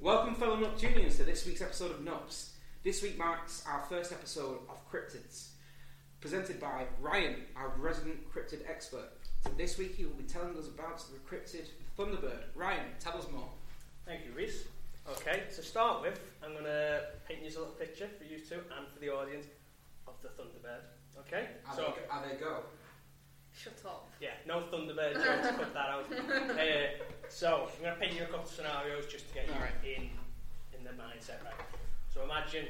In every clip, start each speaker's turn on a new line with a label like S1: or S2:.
S1: Welcome, fellow Noctunians, to this week's episode of Nox. This week marks our first episode of Cryptids, presented by Ryan, our resident cryptid expert. So this week he will be telling us about the cryptid Thunderbird. Ryan, tell us more.
S2: Thank you, Reese. Okay, to start with, I'm going to paint you a little picture for you two and for the audience of the Thunderbird. Okay? So,
S1: how they go?
S3: Shut up.
S2: yeah, no Thunderbird jokes, cut that out. Uh, so, I'm going to paint you a couple of scenarios just to get you
S1: Alright.
S2: in in the mindset, right? So, imagine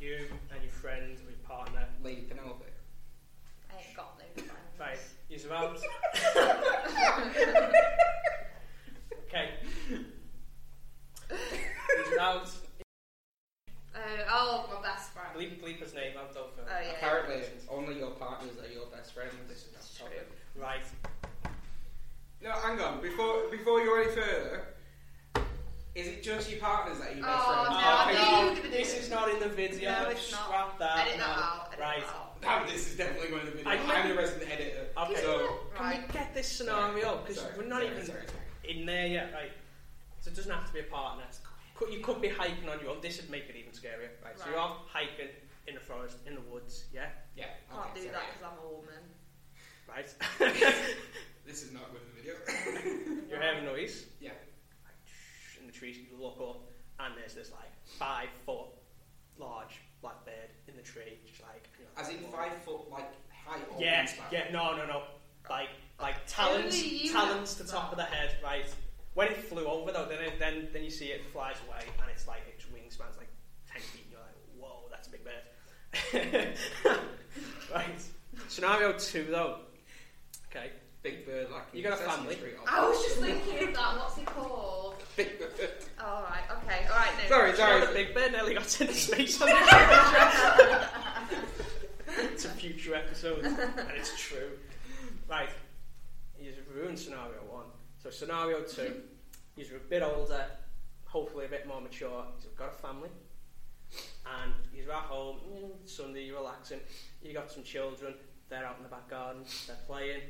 S2: you and your friends or your partner,
S1: Lady Penelope.
S3: I ain't got no friends.
S2: right? You're out. okay. You're out.
S3: Uh, oh, my best friend.
S2: Bleep, bleep his name out, don't film.
S3: Oh, yeah.
S1: Apparently, only your partners are your best friends. This is not
S3: True.
S2: Right.
S1: No, hang on. Before before you go any further, is it just your partners that are your best
S3: Oh,
S1: friends?
S2: Oh,
S3: no, I
S1: okay.
S3: knew you were gonna do
S2: this
S3: it.
S2: is not in the video.
S3: No, it's not.
S2: Scrap that.
S3: Edit that
S2: no.
S3: out. Edit that
S2: right.
S3: out.
S1: Damn, this is definitely going to be.
S2: I-
S1: I'm the resident editor.
S2: Okay.
S1: So,
S2: Can
S3: Right.
S2: we get this scenario? Because
S1: Sorry,
S2: we're not
S1: sorry,
S2: even
S1: sorry,
S2: in there yet, right? So it doesn't have to be a partner. Could, you could be hiking on your own. This would make it even scarier, right? So
S3: Right.
S2: you're off hiking in the forest, in the woods, yeah?
S1: yeah.
S3: Can't
S1: okay,
S3: do
S1: sorry.
S3: that because I'm a woman.
S2: Right?
S1: This is not good in the video.
S2: you're hearing noise.
S1: yeah.
S2: Like, shh, in the trees, you look up, and there's this like five foot large black bird in the tree, just like. You know,
S1: As in
S2: whoa.
S1: five foot, like high or
S2: Yeah,
S1: wingspan.
S2: yeah, no, no, no. Like, like talons,
S3: Only you
S2: talons to
S3: have
S2: top of the
S3: that.
S2: head, right? When it flew over though, then it, then then you see it flies away, and it's like its wingspan's like ten feet, and you're like, whoa, that's a big bird. right. Scenario two though. Okay.
S1: Big bird, like
S2: You got a
S1: Sesame
S2: family?
S1: Street or-
S3: I was just thinking of that. What's it called?
S1: Big bird.
S3: Oh, all right. Okay. All right. No.
S1: Sorry,
S2: Sorry, the
S1: sorry.
S2: big bird nearly got sent to space on the It's a future episode, and it's true. Right, he's ruined scenario one. So scenario two, he's a bit older, hopefully a bit more mature. He's got a family, and you're at home mm, Sunday. You're relaxing. You got some children. They're out in the back garden. They're playing,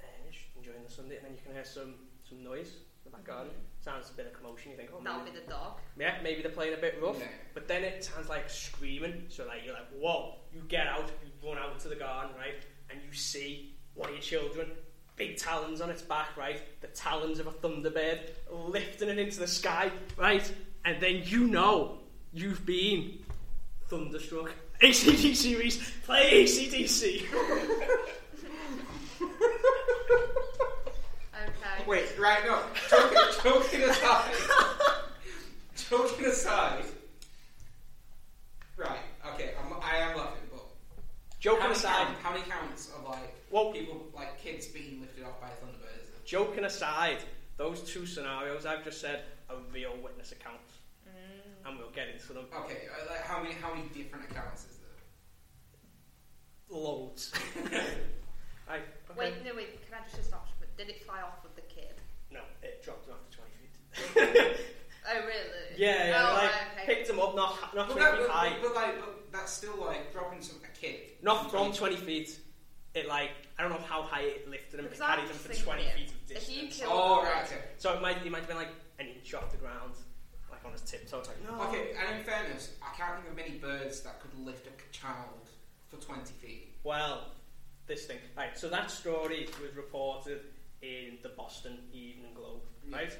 S2: and you're just enjoying the Sunday. And then you can hear some some noise in the back garden. Sounds a bit of commotion. You think, oh,
S3: Mm-hmm. That'll
S2: maybe-
S3: be the dog.
S2: yeah, maybe they're playing a bit rough,
S1: Yeah.
S2: but then it sounds like screaming. So like you're like, whoa! You get out, you run out into the garden, right? And you see one of your children, big talons on its back, right? The talons of a thunderbird lifting it into the sky, right? And then you know you've been thunderstruck. ACDC, Reese, play ACDC.
S3: Okay.
S1: Wait, right, no. Joking, joking aside. joking aside. Right, okay, I'm, I am laughing, but.
S2: Joking
S1: how many
S2: aside,
S1: count- how many counts of, like,
S2: Well-
S1: people, like, kids being lifted off by a Thunderbird is it?
S2: joking aside, those two scenarios I've just said are real witness accounts, and we'll get into them.
S1: Okay, uh, like, how many how many different accounts is there?
S2: Loads. I, okay.
S3: Wait. No. Wait. Can I just stop? Did it fly off with the kid?
S2: No, it dropped him after 20 feet.
S3: Oh, really?
S2: yeah, yeah,
S3: Oh,
S2: like,
S3: right, okay.
S2: picked him up, not, not
S1: But,
S2: 20
S1: that,
S2: feet
S1: but,
S2: high.
S1: but, but, like, but that's still, like, dropping some, a kid.
S2: not from 20 feet. It, like, I don't know how high it lifted him. It
S3: Because I
S2: carried him
S3: was
S2: for
S3: thinking
S2: 20
S3: it.
S2: feet of
S3: If you
S2: distance.
S3: kill-
S1: Oh, right, okay.
S2: So it might, it might have been, like, an inch off the ground, like, on his tiptoe. It's like, no.
S1: Okay, and in fairness, I can't think of many birds that could lift a child for 20 feet.
S2: Well, this thing. Right, so that story was reported in the Boston Evening Globe,
S4: Mm.
S2: right?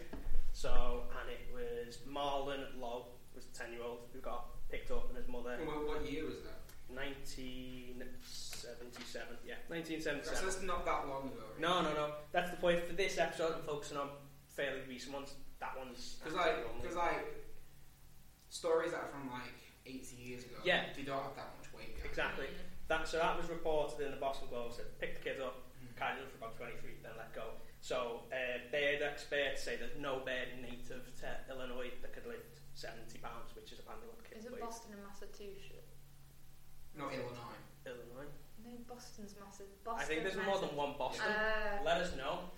S2: So, and it was Marlon Lowe, who was a 10 year old, who got picked up, and his mother,
S1: And What, what year was that?
S2: 1977. Yeah,
S1: So
S2: 1977.
S1: that's not that long ago. Right?
S2: No, no, no. That's the point for this episode. I'm focusing on fairly recent ones. That one's
S4: Because like,
S2: actually
S4: cause
S2: only-
S4: like, stories that are from like 80 years ago,
S2: Yeah.
S4: they don't have that much weight. behind
S2: Exactly. That so that was reported in the Boston Globe. Said pick the kids up, carry them for about 23, then let go. So uh, bird experts say there's no bird native to Illinois that could lift 70 pounds, which is apparently what the kid
S3: Isn't
S2: weighs.
S3: Boston and Massachusetts?
S4: it. Not Illinois.
S2: Illinois.
S3: No, Boston's Massachusetts. Boston,
S2: I think there's more than one Boston.
S3: Uh,
S2: let us know.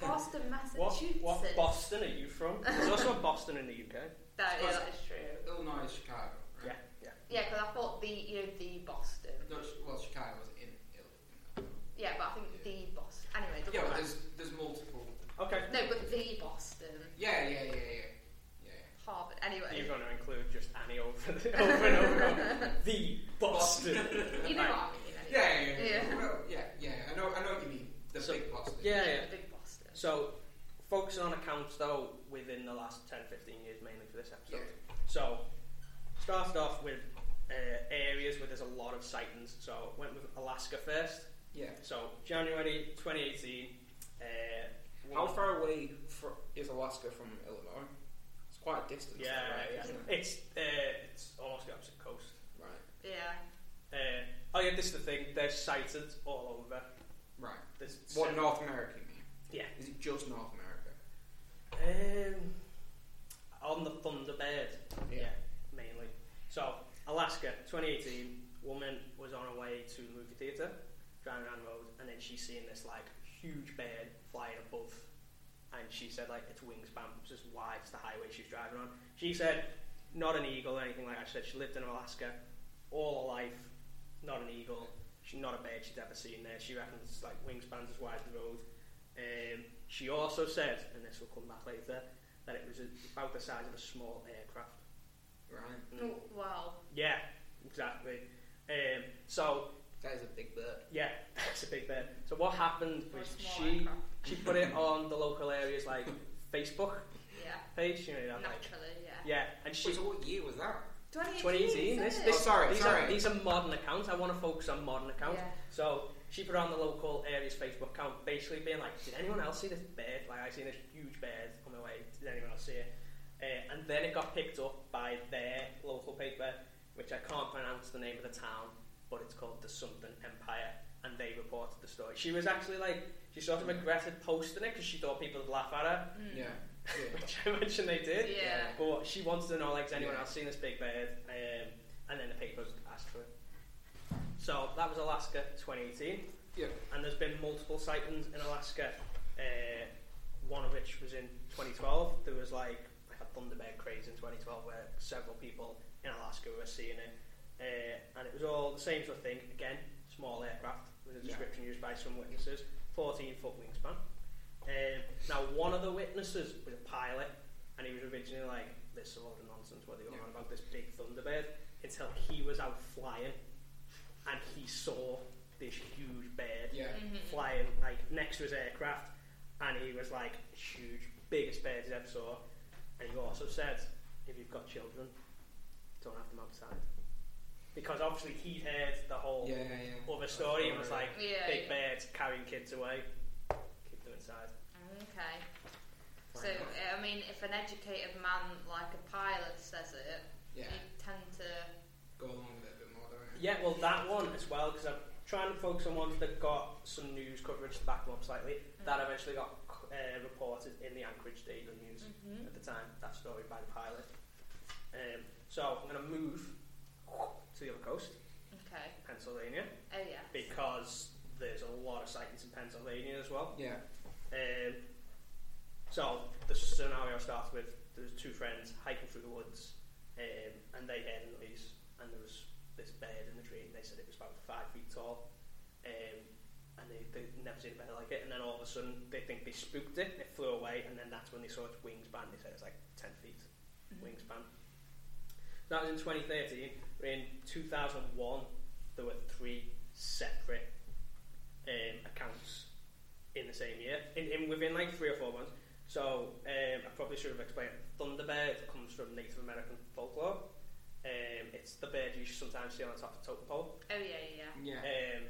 S3: Boston,
S2: What,
S3: Massachusetts.
S2: what Boston are you from? There's also a Boston in the UK.
S3: That, yeah, that is true.
S4: Illinois is Chicago,
S2: Yeah,
S4: right?
S2: yeah.
S3: Yeah, because I thought the you know the Boston.
S4: No, Ch- well, Chicago was in Illinois.
S3: Yeah, but I think the Boston. Anyway, the
S4: Yeah, but
S3: one-
S4: there's there's multiple.
S2: Okay.
S3: no, but the Boston
S4: Yeah, yeah, yeah, yeah, yeah.
S3: Harvard. Anyway,
S2: You're going to include just Annie over, the, over and over. and over. The Boston.
S3: you know what I mean. Anyway.
S4: Yeah, yeah, yeah.
S3: Yeah.
S4: Well, yeah, yeah. I know, I know what you mean. The
S2: So-
S4: big Boston.
S2: Yeah, yeah.
S3: The big Boston.
S2: So, focusing on accounts though, within the last 10, 15 years mainly for this episode.
S4: Yeah.
S2: So, started off with uh, areas where there's a lot of sightings. So, went with Alaska first.
S4: Yeah.
S2: So, January 2018. Uh,
S4: How
S2: one-
S4: far away fr- is Alaska from Illinois? It's quite a distance.
S2: Yeah,
S4: though, right?
S2: yeah.
S4: Isn't it?
S2: It's, uh, it's almost the opposite coast.
S4: Right,
S3: Yeah.
S2: Uh, oh, yeah, this is the thing. They're sighted all over.
S4: right.
S2: There's
S4: What
S2: seven-
S4: North America you mean?
S2: Yeah.
S4: Is it just North America?
S2: Um, on the Thunderbird.
S4: Yeah.
S2: mainly. So, Alaska, 2018, woman was on her way to the movie theatre, driving down the road, and then she's seeing this like huge bird flying above, and she said like its wingspan was as wide as the highway she was driving on. She said, not an eagle or anything like that. She said she lived in Alaska all her life, not an eagle. She not a bird she'd ever seen there. She reckons it's like wingspans as wide as the road. Um, she also said, and this will come back later, that it was about the size of a small aircraft.
S4: Right.
S3: Oh, wow.
S2: Yeah, exactly. Um, so
S4: That is a big bird.
S2: yeah, it's a big bird. So what happened
S3: Or
S2: was
S3: small
S2: she
S3: aircraft.
S2: she put it on the local area's like Facebook
S3: Yeah.
S2: page, you know, that, like
S3: Naturally. Yeah.
S2: yeah, and she.
S4: Wait, so what year was that?
S2: 2018. This,
S3: isn't
S2: this,
S3: it?
S4: Sorry,
S2: these Are,
S4: sorry.
S2: these are modern accounts. I want to focus on modern accounts.
S3: Yeah.
S2: So she put on the local area's Facebook account, basically being like, "Did anyone else see this bird? Like, I seen this huge bird on my way. Did anyone else see it?" Uh, and then it got picked up by their local paper, which I can't pronounce the name of the town, but it's called the Something Empire, and they reported the story. She was actually like, she sort of regretted posting it because she thought people would laugh at her,
S4: Yeah. yeah.
S2: which I imagine they did.
S3: Yeah.
S2: But she wants to know, like, has anyone
S4: Yeah.
S2: else seen this big bird? Um, and then the papers asked for it. So that was Alaska 2018,
S4: yeah.
S2: and there's been multiple sightings in Alaska. Uh, one of which was in 2012. There was like like a thunderbird craze in 2012 where several people in Alaska were seeing it, uh, and it was all the same sort of thing. Again, small aircraft with a
S4: Yeah.
S2: description used by some witnesses, 14 foot wingspan. Um, now, one of the witnesses was a pilot, and he was originally like, "This is a load of nonsense. What are you
S4: Yeah.
S2: on about this big thunderbird?" Until he was out flying, and he saw this huge bird
S4: Yeah.
S3: Mm-hmm.
S2: flying like next to his aircraft, and he was like huge, biggest bird he's ever saw. And he also said, if you've got children, don't have them outside, because obviously he heard the whole
S4: Yeah, yeah, yeah.
S2: other story and was like,
S3: Yeah,
S2: big
S3: yeah.
S2: birds carrying kids away, keep them inside.
S3: Okay. So I mean, if an educated man like a pilot says it,
S4: Yeah.
S3: you tend to.
S4: Go along with it a bit more, don't you?
S2: Yeah, well, that one as well, because I'm trying to focus on ones that got some news coverage to back them up slightly. That eventually got uh, reported in the Anchorage Daily News at the time, that story by the pilot. Um, so I'm going to move to the other coast,
S3: Okay.
S2: Pennsylvania,
S3: Oh yeah.
S2: because there's a lot of sightings in Pennsylvania as well.
S4: Yeah.
S2: Um, so the scenario starts with there's two friends hiking through the woods, um, and they heard a noise, and there was this bird in the tree, and they said it was about five feet tall, um, and they they never seen a bird like it. And then all of a sudden, they think they spooked it, and it flew away, and then that's when they saw its wingspan. They said it's like ten feet wingspan. That was in 2013. In 2001, there were three separate um, accounts in the same year, in, in within like three or four months. So um, I probably should have explained. Thunderbird comes from Native American folklore. Um, it's the bird you sometimes see on the top of the totem pole.
S3: Oh yeah, yeah.
S4: Yeah.
S2: Um,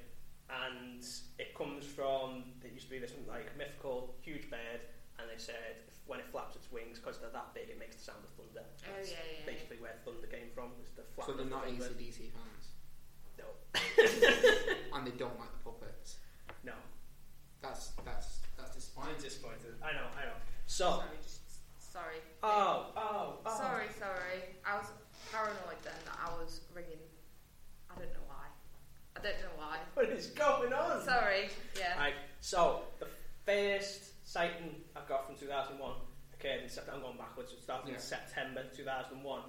S2: and it comes from, it used to be this like mythical huge bird, and they said if, when it flaps its wings, because they're that big, it makes the sound of thunder.
S3: Oh,
S2: That's
S3: yeah, yeah,
S2: Basically, where thunder came from was the flap.
S1: So they're
S2: of
S1: not
S2: thunder.
S1: ACDC fans.
S2: No,
S1: And they don't like the puppets.
S2: no.
S1: That's that's that's disappointing.
S2: I'm disappointed. I know, I know. So,
S3: Sorry, just, sorry.
S2: oh, oh, oh.
S3: Sorry, sorry. I was paranoid then that I was ringing. I don't know why. I don't know why.
S2: What is going on?
S3: Sorry. Yeah.
S2: Right, so the first sighting I got from 2001 occurred in September. I'm going backwards. It started
S1: Yeah.
S2: in September 2001.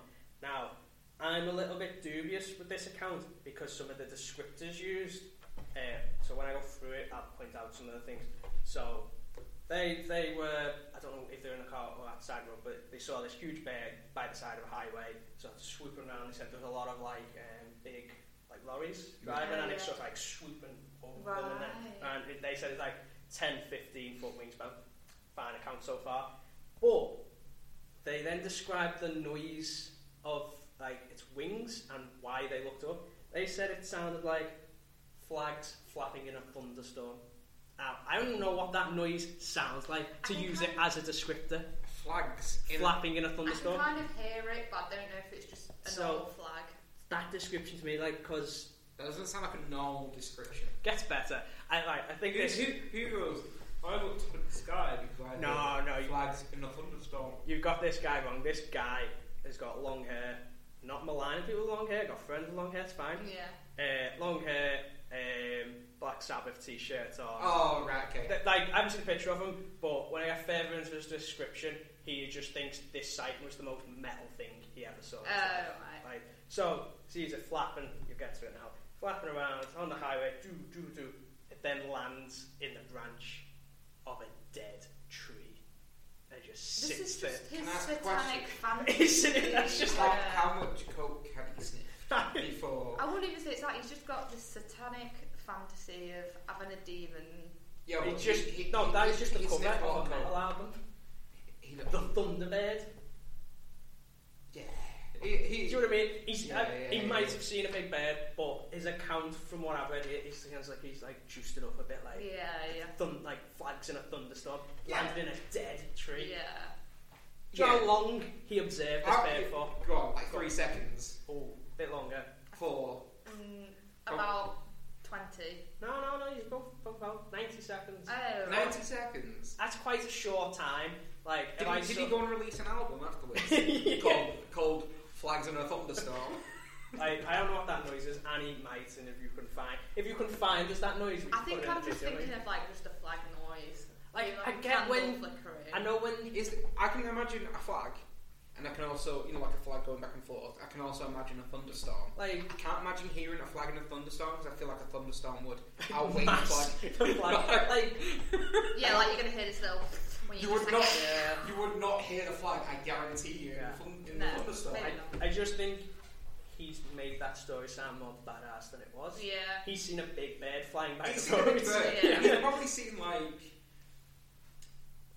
S2: Now, I'm a little bit dubious with this account because some of the descriptors used. Uh, so when I go through it, I'll point out some of the things. So they they were I don't know if they're in a car or outside road, but they saw this huge bear by the side of a highway, sort of swooping around. They said there was a lot of like um, big like lorries driving, and it's sort of like swooping over them, and, then-
S3: Right.
S2: and it- they said it's like 10, 15 foot wingspan. Fine account so far, but they then described the noise of like its wings and why they looked up. They said it sounded like flags flapping in a thunderstorm. Now, I don't know what that noise sounds like to
S3: I can
S2: use it
S3: kind
S2: as a descriptor.
S1: Flags in
S2: flapping in a
S3: I can
S2: thunderstorm.
S3: kind of hear it, but I don't know if it's just an
S2: So-
S3: old flag.
S2: That description to me, like, because
S1: That doesn't sound like a normal description.
S2: gets better. I like. I think this.
S1: who goes? I looked up at the sky because I
S2: No,
S1: heard
S2: no, you-
S1: flags in a thunderstorm.
S2: You've got this guy wrong. This guy has got long hair. Not maligning people with long hair. Got friends with long hair. It's fine.
S3: Yeah.
S2: Uh, long hair, um, Black Sabbath t-shirt on.
S1: Oh right, okay.
S2: Th- Like, I haven't seen a picture of him, but when I got further into his description, he just thinks this sighting was the most metal thing he ever saw.
S3: Oh, right.
S2: Like, so, sees it flapping, you get to it now, flapping around on the highway, do, do, do. It then lands in the branch of a dead tree. And it just
S3: This
S2: sits
S3: is
S2: there.
S3: just his
S1: Can I ask a
S3: satanic fantasy.
S2: Isn't it? That's just
S1: How,
S2: like-
S3: Yeah.
S1: how much coke had he sniffed before?
S3: I wouldn't even say it's that. He's just got this satanic fantasy of having a demon.
S1: Yeah,
S2: It
S1: well,
S2: just,
S1: he- he-
S2: no, that is just the
S1: he
S2: cover
S1: sniffed all
S2: of a
S1: coke.
S2: metal album.
S1: He
S2: The
S1: looked-
S2: Thunderbird.
S1: yeah. He,
S2: Do
S1: he,
S2: you know what I mean? He's,
S1: Yeah,
S2: uh,
S1: yeah,
S2: he
S1: yeah,
S2: might
S1: yeah.
S2: have seen a big bear, but his account, from what I've read, it, it sounds like he's like juiced it up a bit, like
S3: Yeah, yeah.
S2: thun- like flags in a thunderstorm,
S1: Yeah.
S2: landed in a dead tree.
S3: Yeah.
S2: Do you know
S1: Yeah.
S2: how long he observed this
S1: How-
S2: bear for?
S1: Go on, like three seconds.
S2: Oh, a bit longer.
S1: Four.
S3: Mm, about 20.
S2: No, no, no. He's both, both about ninety seconds.
S3: Oh, right.
S1: 90 seconds.
S2: That's quite a short time. Like, if
S1: Did,
S2: I
S1: he, did
S2: saw-
S1: he go and release an album afterwards?
S2: Yeah.
S1: called, called Flags in a Thunderstorm.
S2: Like, I don't know what that noise is. and he might, and if you can find, if you can find, us that noise? we can
S3: I
S2: put
S3: think
S2: it in
S3: I'm
S2: the
S3: just
S2: video.
S3: thinking of like just a flag noise.
S2: Like,
S3: You know,
S2: I get
S3: candle
S2: when-
S3: flickering.
S2: I know when
S1: Is I can imagine a flag, and I can also, you know, like a flag going back and forth. I can also imagine a thunderstorm.
S2: like
S1: I can't imagine hearing a flag in a thunderstorm because I feel like a thunderstorm would outweigh the
S2: mass-
S1: flag.
S2: the flag, like
S3: Yeah, like you're gonna hear this little. When you
S1: You would
S3: just
S1: not.
S3: like-
S1: You would not hear the flag. I guarantee you.
S2: Yeah.
S1: In, the thun- in
S3: No,
S1: the thunderstorm.
S3: maybe
S2: I, I just think he's made that story sound more badass than it was.
S3: Yeah.
S2: He's seen a big bird flying by
S1: He's
S2: the
S1: seen a big
S2: road.
S1: bird.
S3: Yeah.
S1: He's probably seen like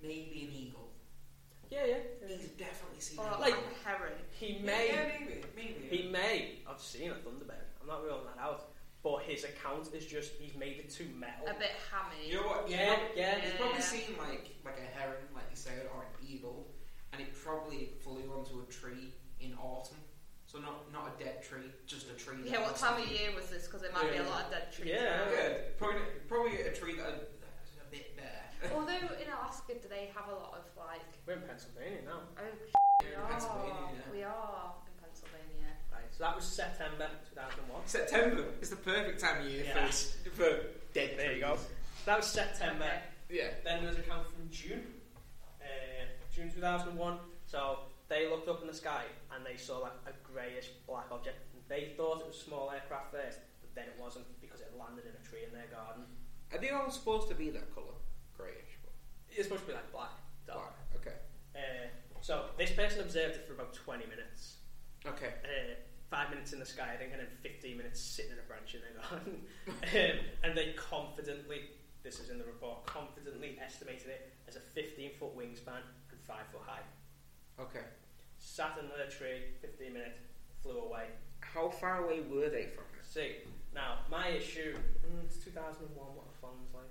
S1: maybe an eagle.
S2: Yeah, yeah.
S1: He's definitely seen.
S3: Or
S1: an
S3: like
S2: Like-
S1: eagle.
S3: a heron.
S2: He may
S1: Yeah, maybe, maybe.
S2: he may have seen a thunderbird. I'm not ruling that out. But his account is just he's made it too metal.
S3: A bit hammy.
S1: You know what? you
S2: Yeah,
S1: know-
S2: yeah.
S1: He's probably
S3: Yeah.
S1: seen like like a heron, like you said, or an eagle, and it probably flew onto a tree in autumn. So not not a dead tree, just a tree.
S3: yeah, what time of year was this? Because there might be a
S2: Yeah.
S3: lot of dead trees.
S2: Yeah.
S3: around.
S1: Yeah, probably probably a tree that that's a bit bare.
S3: Although in Alaska, do they have a lot of like?
S2: We're in Pennsylvania now.
S3: Oh,
S1: We're
S3: we
S1: in
S3: are.
S1: Pennsylvania, yeah.
S3: We are in Pennsylvania.
S2: Right. So that was September 2001.
S1: September is the perfect time of year
S2: Yeah.
S1: for for dead.
S2: There you go.
S1: trees.
S2: That was September.
S3: Okay.
S1: Yeah.
S2: Then there was a count from June, uh, June 2001. So they looked up in the sky and they saw like a greyish black object. They thought it was a small aircraft first, but then it wasn't because it landed in a tree in their garden.
S1: Are they all supposed to be that colour? Greyish.
S2: It's supposed to be like black,
S1: But
S2: dark.
S1: black. Okay.
S2: Uh, so this person observed it for about 20 minutes.
S1: Okay.
S2: Uh, five minutes in the sky, I think, and then 15 minutes sitting in a branch in their garden. um, and they confidently, this is in the report, confidently estimated it as a 15 foot wingspan and 5 foot high.
S1: Okay.
S2: sat in the tree, 15 minutes, flew away.
S1: How far away were they from us?
S2: See, now, my issue, mm, it's 2001, what the phone's like.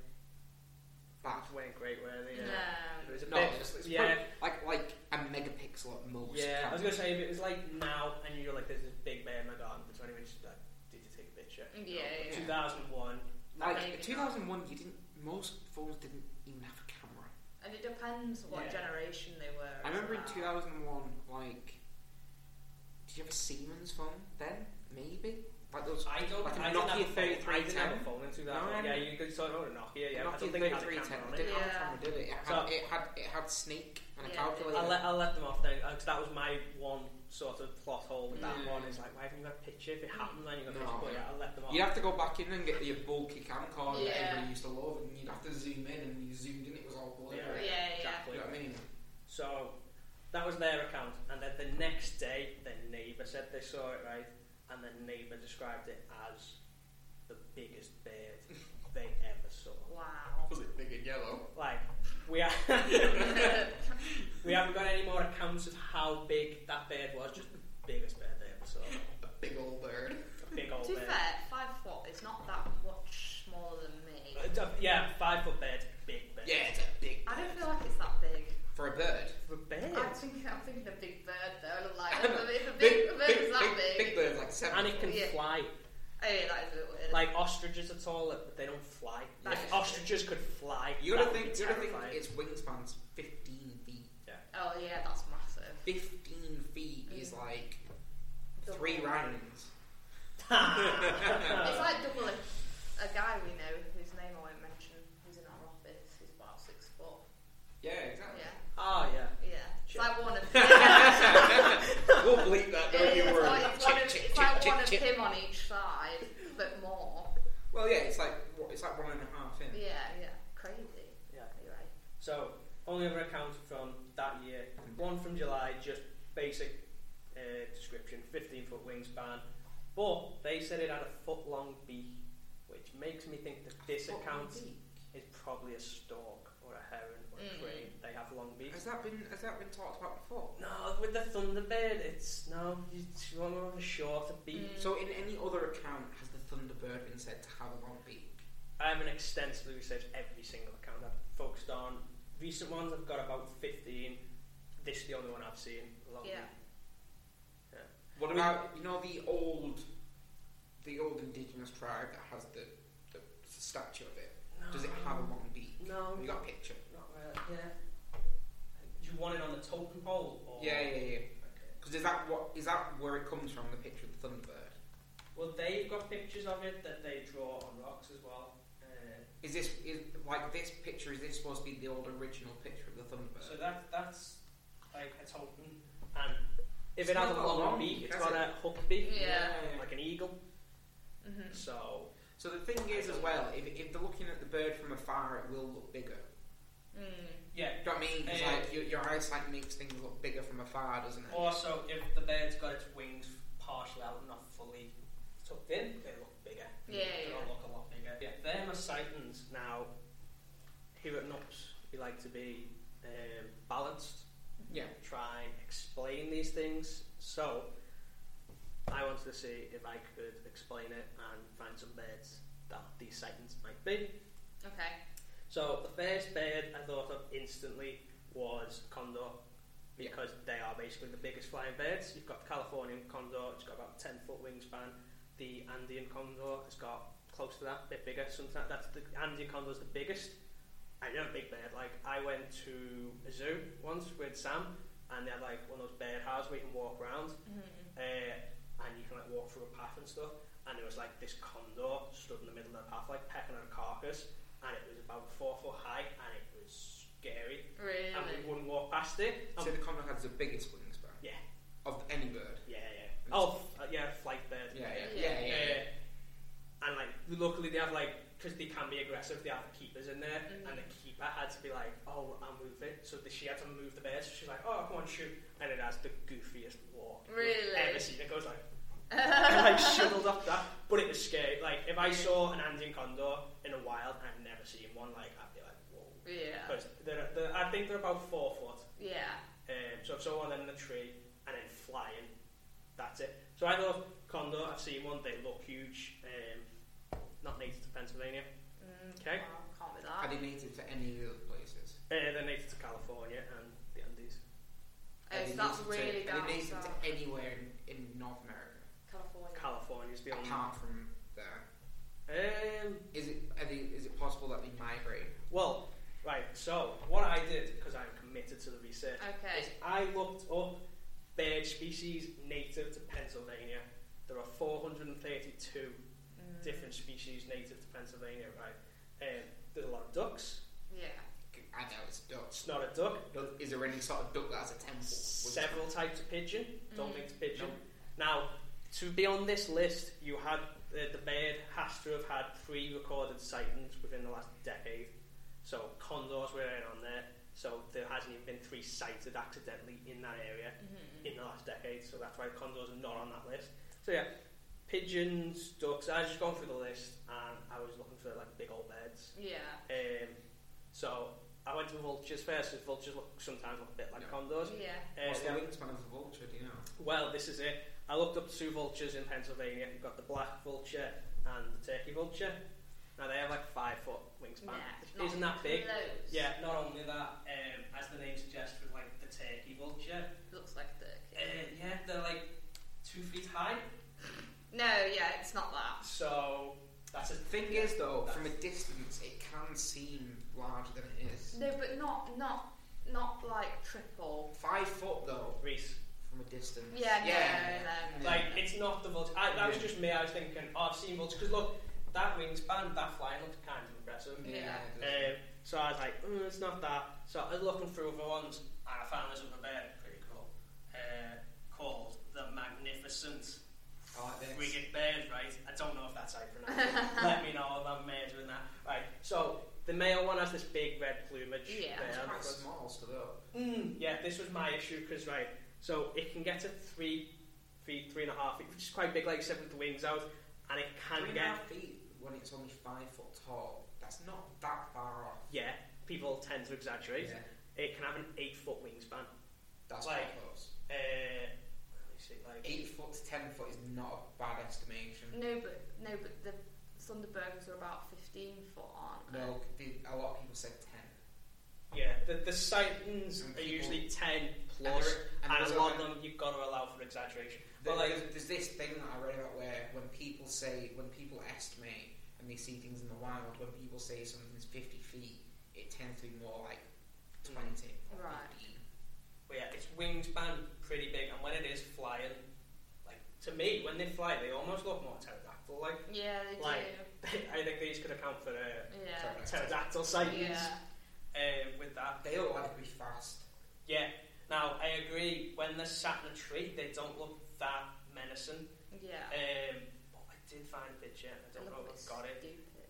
S1: bad.
S2: It weren't great, were they? Yeah.
S3: No.
S2: It was a
S1: No,
S2: bit,
S1: it's just, it's
S2: yeah,
S1: pretty- like like a megapixel at most.
S2: yeah. I was
S1: can't
S2: gonna say if it was like now, and you're like, there's this big bear in my garden for 20 minutes. Like, did you take a picture?
S3: Yeah, yeah, yeah.
S2: 2001.
S1: it? like
S3: Maybe not.
S1: 2001, you didn't. Most phones didn't even have a camera.
S3: And it depends what
S2: Yeah.
S3: generation they were.
S1: I
S3: as
S1: remember in
S3: well.
S1: 2001, like, did you have a Siemens phone then? Maybe like those.
S2: I don't.
S1: Like a
S2: I didn't have a
S1: Nokia
S2: phone. I didn't have a
S1: 3310.
S2: phone in 2001.
S1: No, I
S2: yeah, you could sort of own a Nokia. Yeah,
S1: Nokia
S2: I don't think it had a
S1: 3310,
S2: camera on
S1: it
S2: it.
S1: didn't have a
S3: Yeah.
S1: camera, did it? It had,
S2: So-
S1: it had it had Snake and a
S3: Yeah, it did.
S1: calculator.
S2: I'll let, I'll let them off then, because that was my one sort of plot hole with that
S1: Mm.
S2: one. Is like, why haven't you got a picture? If it happened, then you're going to
S1: No.
S2: put it. I'll let them off.
S1: You'd have to go back in and get your bulky camcorder that
S3: Yeah.
S1: everybody used to love, and you'd have to zoom in, and you zoomed in, it was all blurry.
S3: Yeah,
S2: Yeah,
S3: yeah.
S2: exactly.
S1: You know what I mean?
S2: So that was their account, and then the next day, their neighbour said they saw it right, and their neighbour described it as the biggest bird they ever saw.
S3: Wow.
S1: Was it big and yellow?
S2: Like we are, we haven't got any more accounts of how big that bird was. Just the biggest bird they ever saw.
S1: A big old bird.
S2: A big old
S3: to be
S2: bird.
S3: fair, five foot is not that much smaller than me.
S2: Uh, d- yeah, five foot bird, big bird.
S1: Yeah, it's a big.
S3: I don't feel like it's that big.
S1: For a bird.
S2: For a bird.
S3: I'm thinking, I'm thinking a big bird though. I'm like, if a big, a bird is that big,
S1: big bird, like seven.
S2: And it can
S3: Yeah.
S2: fly.
S3: hey, that is a bit weird.
S2: Like ostriches at all, but they don't fly.
S3: That
S2: if
S3: is-
S2: ostriches could fly,
S1: You gotta
S2: that would
S1: think.
S2: be
S1: You gotta think.
S2: terrifying.
S1: Its wingspan's fifteen feet.
S2: Yeah.
S3: oh yeah, that's massive.
S1: Fifteen feet is
S3: Mm.
S1: like
S3: Double.
S1: three rounds.
S3: It's like double a, a guy we know whose name I won't mention. Who's in our office. He's about six foot.
S1: Yeah, exactly.
S3: Yeah,
S2: Oh yeah.
S3: yeah. It's
S2: Sure.
S3: like one of. yeah,
S1: We'll bleep that. Don't you
S3: it's
S1: worry.
S3: like, it's one of,
S1: Chip, chip,
S3: it's like
S1: chip,
S3: one of
S1: chip, chip.
S3: him on each side, but more.
S1: Well, yeah, it's like what, it's like one and a half in.
S3: Yeah, yeah. Crazy.
S2: Yeah.
S3: Anyway.
S2: So only other account from that year. One from July, just basic uh, description, 15 foot wingspan. But they said it had a foot long beak, which makes me think that this
S1: What,
S2: account
S1: beak?
S2: is probably a stork or a heron or a
S3: Mm.
S2: crane. They have long beaks.
S1: Has that been has that been talked about before?
S2: No, with the Thunderbird, it's no. You you want to have a shorter beak.
S1: So, in any other account, has the Thunderbird been said to have a long beak?
S2: I haven't extensively researched every single account. I've focused on recent ones. I've got about fifteen. This is the only one I've seen. Long beak.
S3: Yeah.
S1: What about you know the old, the old indigenous tribe that has the the statue of it? Does it have a long beak?
S2: Yeah. No.
S1: You got a picture?
S2: Not really. Yeah. Do you want it on the totem pole? Or?
S1: Yeah, yeah, yeah.
S2: Okay.
S1: Because is that what is that where it comes from? The picture of the Thunderbird.
S2: Well, they've got pictures of it that they draw on rocks as well. Uh,
S1: Is this is like this picture? Is this supposed to be the old original picture of the Thunderbird?
S2: So that that's like a totem, and if it
S1: It's
S2: has a
S1: not
S2: long,
S1: long,
S2: beak, it's
S1: has
S2: got
S1: it?
S2: a hook beak,
S3: Yeah.
S1: Yeah.
S2: like an eagle.
S3: Mhm.
S2: So
S1: So the thing is, as well, if, if they're looking at the bird from afar, it will look bigger.
S3: Mm.
S2: yeah.
S1: Do you know what I mean? 'Cause,
S2: Yeah, Oh, yeah.
S1: like your, your eyesight makes things look bigger from afar, doesn't it?
S2: Also, if the bird's got its wings partially out, not fully tucked in, they look bigger.
S3: Yeah,
S2: they
S3: yeah.
S2: all look a lot bigger. Yeah, they're my sightings now. Here at Nups, we like to be um, balanced.
S1: yeah.
S2: try and explain these things. So I wanted to see if I could explain it and find some birds that these sightings might be.
S3: Okay.
S2: So the first bird I thought of instantly was condor
S1: Yeah.
S2: because they are basically the biggest flying birds. You've got the Californian condor, it's got about 10 foot wingspan. The Andean condor has got close to that, a bit bigger. Sometimes that's the Andean condor is the biggest. I know a big bird. Like I went to a zoo once with Sam, and they had like one of those bird houses where you can walk around, uh, and you can like walk through a path and stuff. And it was like this condor stood in the middle of the path, like pecking at a carcass, and it was about four foot high, and it was scary.
S3: Really?
S2: And we wouldn't walk past it.
S1: So
S2: And
S1: the condor has the biggest wingspan
S2: yeah,
S1: of any bird.
S2: yeah, yeah. Oh, f- uh, yeah, flight bird.
S1: Yeah, yeah,
S3: Yeah.
S1: yeah, yeah. yeah, yeah.
S2: Uh, and like, luckily they have like, because they can be aggressive, they have keepers in there, and the keeper had to be like, oh, I'm moving. So the, she had to move the bear, so she's like, oh, come on, shoot. And it has the goofiest walk you've
S3: Really?
S2: ever seen. It goes like, and like shuttled up that, but it was scary. Like, if I saw an Andean condor in a wild, and I've never seen one, like, I'd be like, whoa.
S3: Yeah.
S2: Because they're, they're, I think they're about four foot.
S3: Yeah.
S2: Um, so if someone in the tree and then flying, that's it. So I love Condor. I've seen one. They look huge. Um, not native to Pennsylvania. Okay.
S3: Well, can't be
S1: Are
S3: that. Oh,
S1: they native to any of the other places?
S2: Uh, they're native to California and the Andes.
S1: Are
S3: Uh, so
S1: they
S3: that's
S1: native to,
S3: really
S1: Are
S3: down
S1: they native
S3: south.
S1: to anywhere in, in North America?
S3: California.
S2: California's the only.
S1: Apart from there.
S2: Um,
S1: Is it, are they, is it possible that they migrate?
S2: well, right. So what I did because I'm committed to the research.
S3: Okay.
S2: Is I looked up bird species native to Pennsylvania. There are 432 different species native to Pennsylvania. Right. Um, there's a lot of ducks.
S3: yeah.
S1: I doubt it's
S2: It's
S1: Dutch.
S2: not a duck.
S1: Duck- Is there any sort of duck that has a temple? Was-
S2: several types of pigeon. Don't mix pigeon. Now, to be on this list, you had uh, the bird has to have had three recorded sightings within the last decade. So condors were in on there. So there hasn't even been three sighted accidentally in that area in the last decade. So that's why condors are not on that list. So yeah, pigeons, ducks. I was just going through the list and I was looking for like big old birds.
S3: Yeah.
S2: Um, so I went to vultures first. 'cause Vultures look sometimes look a bit like
S1: Yeah.
S2: condors.
S3: Yeah.
S2: Uh,
S1: What's the wingspan of a vulture, do you know?
S2: well, this is it. I looked up two vultures in Pennsylvania. You've got the black vulture and the turkey vulture. Now they have like five foot wingspan.
S3: Nah,
S2: which
S3: not
S2: isn't that big?
S3: close.
S2: Yeah. Not only that, um, as the name suggests, with like the turkey vulture,
S3: Looks like a
S2: uh,
S3: turkey.
S2: yeah, they're like two feet high.
S3: No, yeah, it's not that.
S2: So that's a
S1: The thing is, though, from a distance, it can seem larger than it is.
S3: No, but not not not like triple.
S1: Five foot, though,
S2: Reese.
S1: from a distance.
S3: Yeah, no, no, no.
S2: Like it's not the vulture. I, that was just me. I was thinking, oh, I've seen vultures because look, that wingspan, that flying looks kind of impressive.
S1: yeah. yeah.
S2: Um, so I was like, mm, it's not that. So I was looking through other ones, and I found this other bird pretty cool, uh, called the magnificent
S1: I like this.
S2: frigate bird. Right? I don't know if that's how you pronounce it. Let me know if I'm measuring that. Right. So the male one has this big red plumage.
S3: Yeah,
S2: bird
S3: it's
S2: on the
S1: quite
S2: front.
S1: small still though.
S2: Mm, yeah, this was my issue because right, so it can get to three feet, three and a half feet, which is quite big, like seven with the wings out, and it can
S1: Three and a
S2: get
S1: half feet when it's only five foot tall. That's not that far off.
S2: yeah. People tend to exaggerate.
S1: Yeah.
S2: It can have an eight foot wingspan.
S1: That's
S2: Like-
S1: quite close.
S2: Uh, let me see, like
S1: Eight foot to ten foot is not a bad estimation.
S3: No, but no, but the Thunderbirds are about fifteen foot, aren't they?
S1: Well, the, a lot of people said ten.
S2: yeah, the, the sightings
S1: And
S2: are
S1: people-
S2: usually ten
S1: And
S2: plus,
S1: there- and
S2: and,
S1: there's
S2: a lot
S1: a-
S2: of them you've got to allow for exaggeration.
S1: There,
S2: But like,
S1: there's, there's this thing that I read about where when people say, when people estimate and they see things in the wild, when people say something's 50 feet, it tends to be more like 20 or
S3: Right.
S1: 15.
S2: but yeah, its wingspan pretty big, and when it is flying, like to me, when they fly, they almost look more pterodactyl like.
S3: Yeah, they
S2: Like, I think these could account for uh,
S3: do. Yeah.
S1: Sorry.
S2: pterodactyl sightings
S3: Yeah.
S2: um, with that.
S1: They look like to be fast.
S2: Yeah. Now I agree. When they're sat in a tree, they don't look that menacing.
S3: Yeah.
S2: Um, but I did find a picture. I
S3: They
S2: don't
S3: look
S2: know
S3: a bit
S2: if I got it.
S3: Stupid.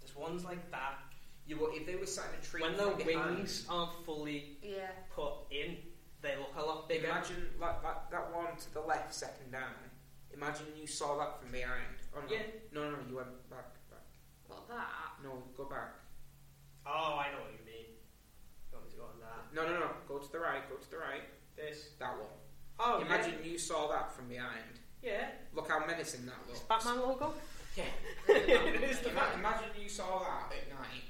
S2: There's ones like that.
S1: You were, if they were sat in a tree
S2: When
S1: from
S2: the
S1: behind,
S2: wings aren't fully
S3: Yeah.
S2: put in, they look a lot bigger.
S1: Imagine like that, that one to the left, second down. Imagine you saw that from behind. Oh no,
S2: Yeah.
S1: no, no, you went back, back.
S3: Well, that.
S1: No, go back.
S2: Oh, I know what you mean. You want me to go on that?
S1: No, no, no, go to the right, go to the right.
S2: This.
S1: That one.
S2: Oh,
S1: Imagine you saw that from behind.
S2: Yeah.
S1: Look how menacing that looks.
S2: yeah. Batman logo.
S1: Yeah.
S2: it is the
S1: Ima-
S2: Batman.
S1: imagine you saw that at night.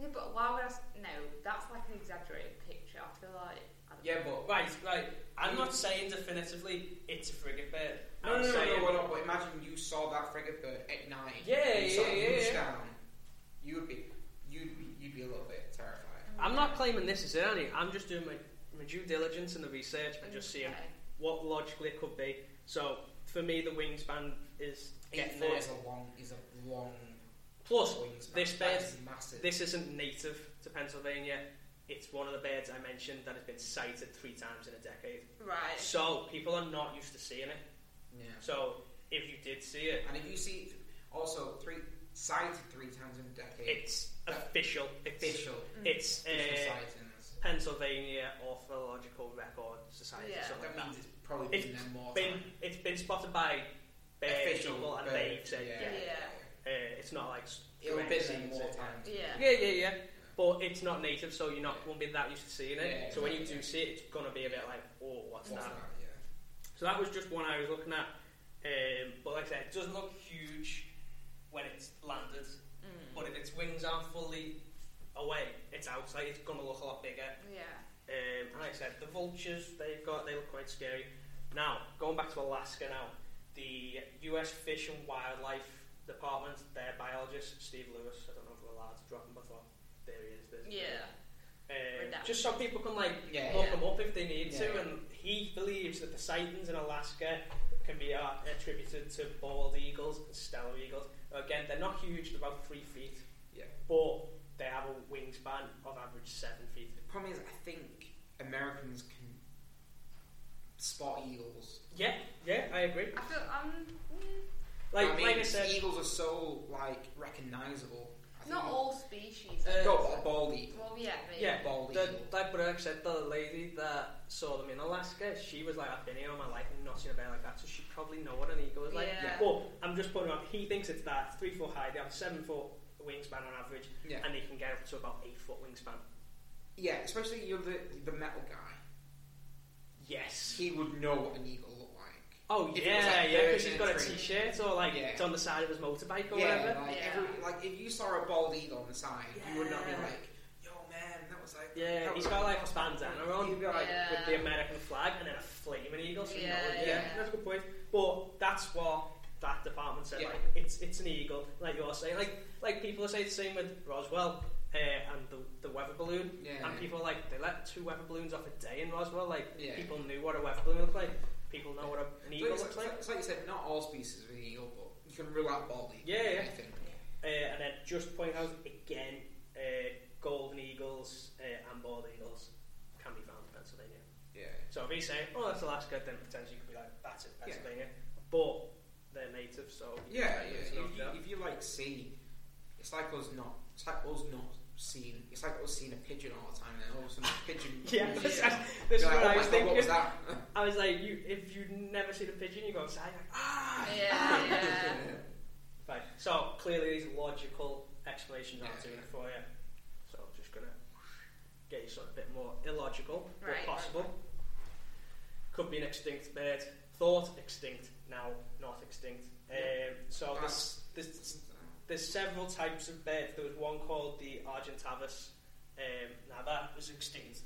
S3: Yeah, but why would I? s- No, that's like an exaggerated picture. I feel like. I don't
S1: Yeah,
S3: know.
S1: but
S2: Right, right. I'm not saying definitively it's a frigate bird.
S1: no,
S2: I'm
S1: no, no,
S2: saying,
S1: no, we're not. But imagine you saw that frigate bird at night.
S2: Yeah,
S1: you saw
S2: yeah,
S1: it
S2: yeah,
S1: loose
S2: yeah.
S1: Down. You'd be, you'd be, you'd be a little bit terrified.
S2: I'm not claiming this is it, Annie. I'm just doing my, my due diligence and the research and just seeing
S3: Okay.
S2: what logically it could be. So for me, the wingspan is
S1: Eight
S2: getting
S1: foot
S2: there.
S1: is a long, is a long
S2: Plus,
S1: wingspan.
S2: this
S1: That
S2: bird,
S1: is massive.
S2: this isn't native to Pennsylvania. It's one of the birds I mentioned that has been sighted three times in a decade.
S3: Right.
S2: So people are not used to seeing it.
S1: yeah.
S2: So if you did see it,
S1: And if you see, also three sighted three times in a decade.
S2: it's
S1: Yeah.
S2: official. It's,
S1: official.
S2: It's
S1: Official
S2: uh,
S1: sightings.
S2: Pennsylvania Ornithological Record Society.
S3: Yeah.
S2: something
S1: That
S2: like
S1: means
S2: that.
S1: it's probably been
S2: It's
S1: there more
S2: been
S1: time.
S2: it's been spotted by bare
S1: Official
S2: people and
S1: bird,
S2: they've said yeah.
S3: yeah.
S2: Uh, it's not like s-
S1: It'll
S2: direct
S1: be there
S2: scenes,
S1: more
S2: uh,
S1: times.
S3: Yeah.
S2: Yeah, yeah, yeah. But it's not native, so you're not
S1: Yeah.
S2: won't be that used to seeing it.
S1: Yeah,
S2: so when you
S1: exactly.
S2: do see it, it's gonna be a bit like, oh, what's,
S1: What's
S2: that?
S1: that? Yeah.
S2: So that was just one I was looking at. Um, but like I said, it doesn't look huge when it's landed. But if its wings aren't fully away, it's outside. It's gonna look a lot bigger.
S3: Yeah.
S2: Um, and like I said, the vultures they've got, they look quite scary. Now, going back to Alaska now, the US Fish and Wildlife Department, their biologist, Steve Lewis, I don't know if we're allowed to drop him before. There he is. There's
S3: Yeah.
S2: Um,
S3: Redacted.
S2: just so people can like
S1: Yeah,
S2: look
S3: yeah.
S2: them up if they need to,
S1: Yeah.
S2: and he believes that the sightings in Alaska can be uh, attributed to bald eagles and stellar eagles. Again, they're not huge; they're about three feet,
S1: Yeah.
S2: but they have a wingspan of average seven feet.
S1: The problem is, I think Americans can spot eagles.
S2: Yeah, yeah, I agree.
S3: I feel um, mm,
S2: Like,
S1: I mean,
S2: like I said,
S1: eagles are so like recognizable. I think-
S3: not all species.
S2: Uh,
S1: No, a bald eagle.
S3: well, yeah, maybe.
S2: yeah,
S1: bald
S2: the,
S1: eagle.
S2: like but like I said, the lady that saw them in Alaska, she was like, I've been here all my life and not seen a bear like that, so she probably know what an eagle is like.
S3: Yeah.
S2: But I'm just putting up, he thinks it's that three foot high, they have a seven foot wingspan on average,
S1: Yeah.
S2: and they can get up to about eight foot wingspan.
S1: Yeah, especially you're the the metal guy.
S2: Yes.
S1: He would know what an eagle looked like.
S2: Oh,
S1: If it was
S2: yeah,
S1: like
S2: yeah, because
S1: birds
S2: he's
S1: in
S2: got a
S1: a tree.
S2: t shirt or like
S1: Yeah.
S2: it's on the side of his motorbike or
S1: yeah, Oh.
S2: whatever.
S1: like
S3: Yeah.
S1: every like if you saw a bald eagle on the side, you would not be
S2: Yeah.
S1: like, "Yo, man, that was like."
S2: Yeah,
S1: that
S2: he's
S1: was
S2: got like a bandana on.
S1: You'd be like,
S3: Yeah.
S2: with the American flag and then a flaming eagle. So you know,
S3: Yeah,
S2: yeah,
S3: yeah.
S2: that's a good point. But that's what that department said.
S1: Yeah.
S2: Like it's it's an eagle, like you're saying. Like like people are saying the same with Roswell uh, and the, the weather balloon.
S1: Yeah.
S2: And people are like they let two weather balloons off a day in Roswell. Like
S1: Yeah.
S2: people knew what a weather balloon looked like. People know what a, an
S1: But
S2: eagle
S1: it's,
S2: looks
S1: like,
S2: like.
S1: it's like you said, not all species of an eagle, but you can rule out bald eagle.
S2: Yeah, yeah.
S1: I think.
S2: Uh, and then just point out again, uh, golden eagles uh, and bald eagles can be found in Pennsylvania.
S1: Yeah.
S2: So if he's saying, oh, that's Alaska, then potentially you could be like, that's it,
S1: Yeah.
S2: Pennsylvania. But they're native, so.
S1: Yeah, yeah.
S2: it's
S1: If
S2: not
S1: you,
S2: that.
S1: if you like see, it's like us not. It's like us not seeing. It's like us seeing a pigeon all the time. And then all of a sudden, a pigeon.
S2: Yeah,
S1: comes
S2: that's,
S1: here.
S2: that's
S1: You're
S2: what
S1: like,
S2: I
S1: "Oh
S2: was
S1: my God, What was
S2: thinking.
S1: that?
S2: I was like, you, if you'd never seen a pigeon, you go outside, like, ah!
S3: Yeah, yeah.
S2: Right, so clearly these logical explanations aren't
S1: Yeah.
S2: doing it for you. So I'm just going to get you sort of a bit more illogical, but
S3: Right.
S2: possible. Could be an extinct bird. Thought extinct, now not extinct. Um, so this,
S1: That's-
S2: this There's several types of birds. There was one called the Argentavis. Um, now that was extinct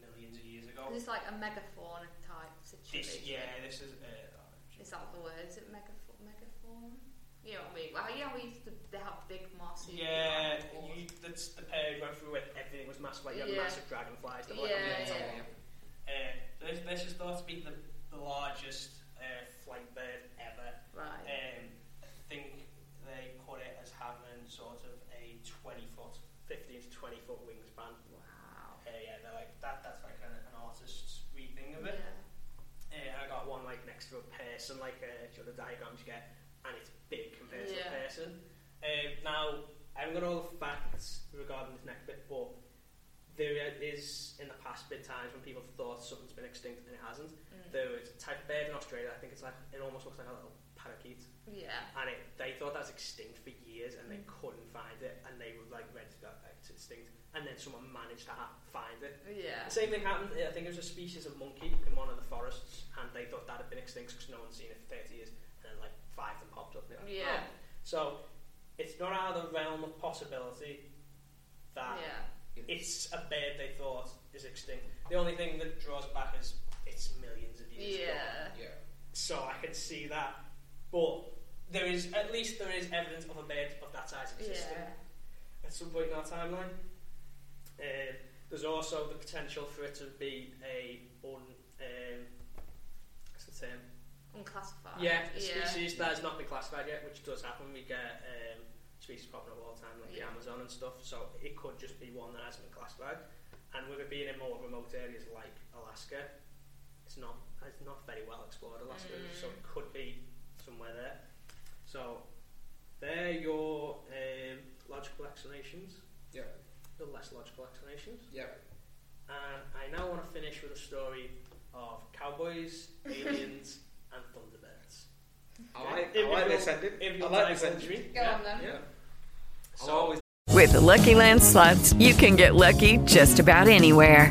S2: millions of years ago.
S3: It's like a megafauna type situation.
S2: This, yeah, this is. Uh,
S3: Is that the word? Is it megaph- megafauna? You know what I mean? Well, yeah, we used to they have big mossy.
S2: yeah,
S3: animals.
S2: you, that's the period went through where everything was massive, like you had
S3: Yeah.
S2: massive dragonflies. that were on
S3: Yeah,
S2: the
S1: yeah,
S2: top.
S1: yeah.
S2: Uh, so this, this is thought to be the, the largest uh, flight bird ever.
S3: Right.
S2: Um, I think they put it as having sort of a 20 foot, 15 to 20 foot wingspan.
S3: Wow.
S2: Uh, yeah, they're like that. That's like an, an artist's reading of it.
S3: Yeah.
S2: Uh, I got one like next to a person, like uh, sort of diagrams you get, and it's big compared to
S3: Yeah.
S2: a person. Um, now I haven't got all the facts regarding this next bit, but there is in the past been times when people thought something's been extinct and it hasn't. There was a type of bird in Australia. I think it's like it almost looks like a little parakeet,
S3: Yeah.
S2: and it, they thought that's extinct for years, and they couldn't find it, and they were like ready to go like, it's extinct, and then someone managed to ha- find it.
S3: Yeah.
S2: The same thing happened. I think it was a species of monkey in one of the forests, and they thought that had been extinct because no one's seen it for 30 years, and then like five of them popped up. and they're Like,
S3: Yeah.
S2: "Oh." So it's not out of the realm of possibility that
S3: Yeah.
S2: it's a bird they thought is extinct. The only thing that draws back is it's millions of years ago.
S3: Yeah.
S1: Yeah.
S2: So I can see that, but there is at least there is evidence of a bird of that size existing
S3: Yeah.
S2: at some point in our timeline. Um, there's also the potential for it to be a un, um, what's the term?
S3: Unclassified.
S2: yeah, a
S3: Yeah.
S2: species that has not been classified yet, which does happen. We get um, species popping up all the time, like
S3: Yeah.
S2: the Amazon and stuff. So it could just be one that hasn't been classified. And with it being in more remote areas like Alaska, it's not it's not very well explored Alaska,
S3: Mm.
S2: so it could be somewhere there. So they're your um, logical explanations
S1: Yeah.
S2: the less logical explanations.
S1: Yeah.
S2: And I now want to finish with a story of cowboys, aliens, and thunderbirds.
S1: I
S2: Okay?
S1: like,
S2: If
S1: I
S2: you
S1: like
S2: will-
S1: this ending.
S2: If you
S1: I like
S2: like
S1: this ending.
S2: country,
S3: Go
S2: yeah.
S3: on then.
S1: Yeah.
S2: So-
S1: I'll always
S5: With the Lucky Land slots, you can get lucky just about anywhere.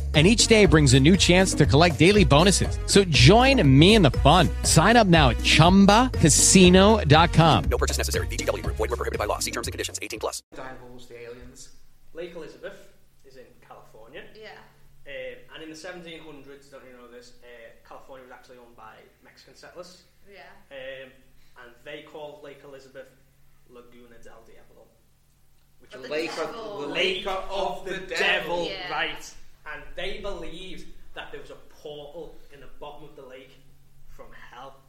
S6: and each day brings a new chance to collect daily bonuses. So join me in the fun. Sign up now at ChumbaCasino.com.
S7: No purchase necessary. VGW Group. Void were prohibited by law. See terms and conditions. 18 plus.
S1: Divulge the aliens.
S2: Lake Elizabeth is in California.
S3: Yeah.
S2: Um, and in the 1700s, don't you know this, uh, California was actually owned by Mexican settlers.
S3: Yeah.
S2: Um, and they called Lake Elizabeth Laguna del Diablo. Which
S3: But
S2: was
S3: the
S1: Lake of-
S3: devil-
S2: Lake of the Devil,
S3: Yeah.
S2: right. And they believed that there was a portal in the bottom of the lake from hell.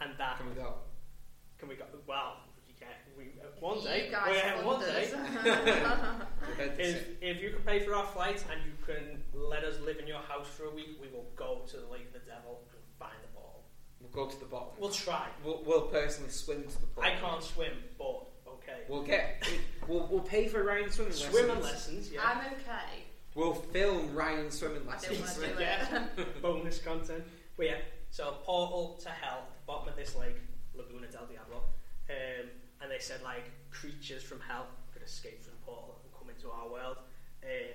S2: And that
S1: Can we go?
S2: can we go? Well, yeah, we, uh, one day,
S3: You guys
S2: we- uh, one
S3: funders.
S2: day,
S1: Bed to
S2: if,
S1: sit.
S2: if you can pay for our flight and you can let us live in your house for a week, we will go to the Lake of the Devil and find the portal.
S1: We'll go to the bottom.
S2: We'll try.
S1: We'll, we'll personally swim to the
S2: I
S1: bottom.
S2: can't swim, but okay.
S1: We'll get. We'll, we'll pay for Ryan's swimming
S2: Swimming
S1: lessons.
S2: lessons, yeah.
S3: I'm okay.
S1: We'll film Ryan's swimming
S3: I don't want
S1: lessons.
S3: to do it.
S2: yeah. Bonus content. But yeah, so portal to hell, at the bottom of this lake, Laguna del Diablo. Um, and they said like creatures from hell could escape from the portal and come into our world. Uh,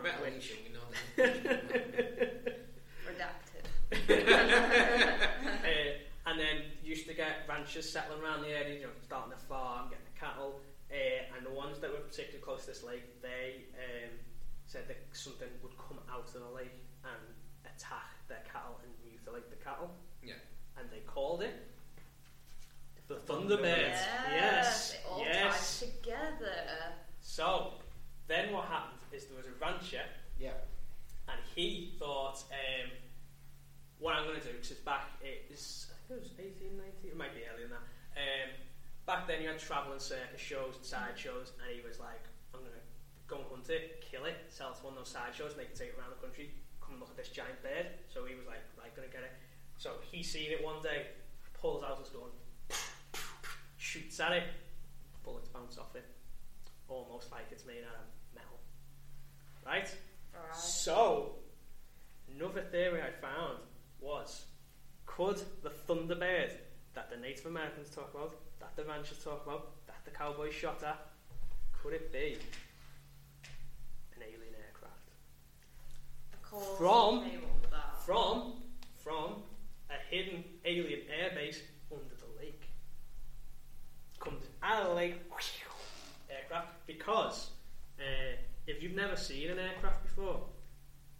S1: I
S2: of
S1: bet
S2: which
S1: Alicia, we know that.
S3: Redacted.
S2: Uh, and then used to get ranchers settling around the area, you know, starting a farm, getting the cattle. Uh, and the ones that were particularly close to this lake, they um, said that something would come out of the lake and attack their cattle and mutilate the cattle.
S1: yeah.
S2: And they called it the Thunderbirds. yes,
S3: They all
S2: yes.
S3: tied together.
S2: So then what happened is there was a rancher
S1: Yeah.
S2: and he thought, um, what I'm going to do, because back it is, I think it was 1890, it might be earlier than that. Um, back then you had travelling circus shows and sideshows, and he was like, I'm going to go and hunt it, kill it, sell it to one of those sideshows, make it take it around the country, come and look at this giant bird. So he was like, right, going to get it. So he seen it one day, pulls out his gun, shoots at it, bullets bounce off it, almost like it's made out of metal. Right?
S3: Right.
S2: So, another theory I found was could the Thunderbird that the Native Americans talk about, that the ranchers talk about, that the cowboys shot at, could it be an alien aircraft?
S3: Of course
S2: From-
S3: they came up with that.
S2: From from a hidden alien airbase under the lake. Comes out of the lake aircraft because uh, if you've never seen an aircraft before,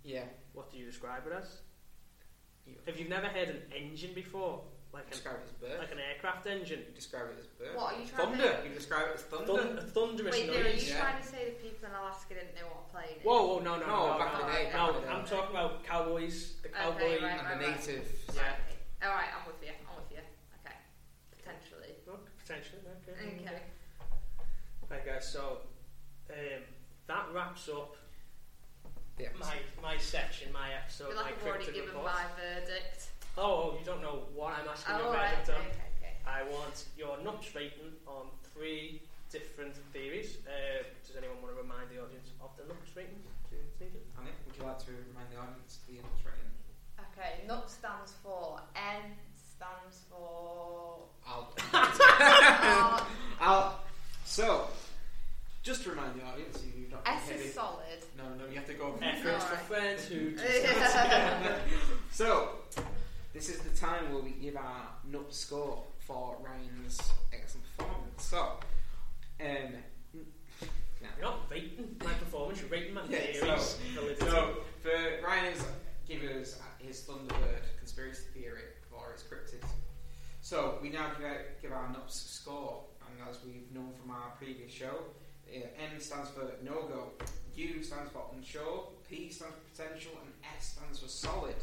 S1: Yeah.
S2: what do you describe it as?
S1: You
S2: If you've never heard an engine before, like an,
S1: describe it as bird.
S2: like an aircraft engine,
S1: You describe it as bird.
S3: What are you trying to-
S1: thunder. You describe it as thunder.
S2: thun- a thunderous
S3: Wait, Vera, are you
S2: noise.
S1: yeah.
S3: trying to say the people in Alaska didn't know what plane is?
S2: Whoa, whoa, no, no,
S1: No,
S2: no, no,
S1: back
S2: no,
S3: in the day,
S2: no,
S1: back in the
S2: I'm
S1: day.
S2: talking about cowboys, the cowboy.
S3: Okay, right,
S1: And the
S3: right, right.
S1: native.
S2: Yeah.
S3: All right, I'm with you. I'm with you. Okay, potentially.
S2: No, potentially, okay.
S1: Mm-hmm.
S3: Okay.
S2: Right, guys, so um, that wraps up
S1: Yeah.
S2: my my section, my
S3: I
S2: episode,
S3: feel
S2: my
S3: like I've already
S2: cryptid
S3: given
S2: report.
S3: my verdict.
S2: Oh, oh, you don't know what I'm asking you
S3: Oh, all
S2: about,
S3: right.
S2: Victor.
S3: Okay, okay,
S2: I want your nuts rating on three different theories. Uh, does anyone want to remind the audience of the nuts rating? Do you think it?
S1: Annick, would you like to remind the audience of the index rating?
S3: okay. Okay. NUP stands for N stands for.
S1: I'll.
S3: Uh,
S1: I'll. So, just to remind the audience, if you've not been
S3: S
S1: headed-
S3: is solid.
S1: No, no, you have to go.
S2: F is for
S3: Alright.
S2: friends who
S1: So, this is the time where we give our nut score for Ryan's excellent performance. So, um,
S2: You're
S1: yeah.
S2: not rating my performance, you're rating my
S1: Yeah,
S2: theories.
S1: so-
S2: validity.
S1: so for Ryan's, give us his Thunderbird conspiracy theory for his cryptid. So we now give, out- give our nuts score, and as we've known from our previous show, uh, N stands for no go, U stands for unsure, P stands for potential, and S stands for solid.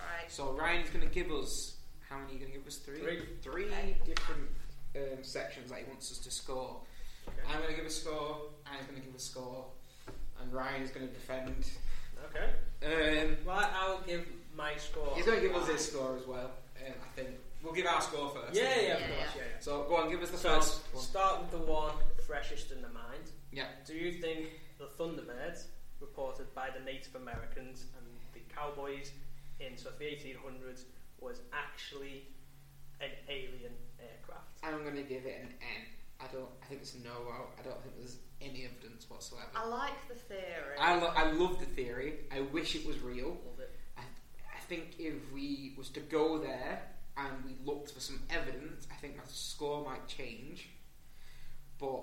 S3: Right.
S1: So Ryan's going to give us how many? Are you going to give us three?
S2: Three.
S1: Three different um, sections that he wants us to score. I'm going to give a score. I'm going to give a score, and Ryan's going to defend.
S2: Okay.
S1: Um,
S2: Well, I'll give my score.
S1: he's going to give us his score as well. Um, I think we'll give our score first.
S2: Yeah, yeah, of
S3: Yeah,
S2: course, yeah.
S3: yeah.
S2: yeah.
S1: So go on, give us the
S2: So
S1: first one.
S2: start with the one freshest in the mind.
S1: Yeah.
S2: Do you think the Thunderbirds, reported by the Native Americans and the Cowboys in sort of the 1800s, was actually an alien aircraft?
S1: I'm going to give it an N. I don't. I think it's a no out. I don't think there's any evidence whatsoever.
S3: I like the theory.
S1: I, lo- I love the theory. I wish it was real.
S2: Love it.
S1: I, I think if we was to go there and we looked for some evidence, I think that score might change. But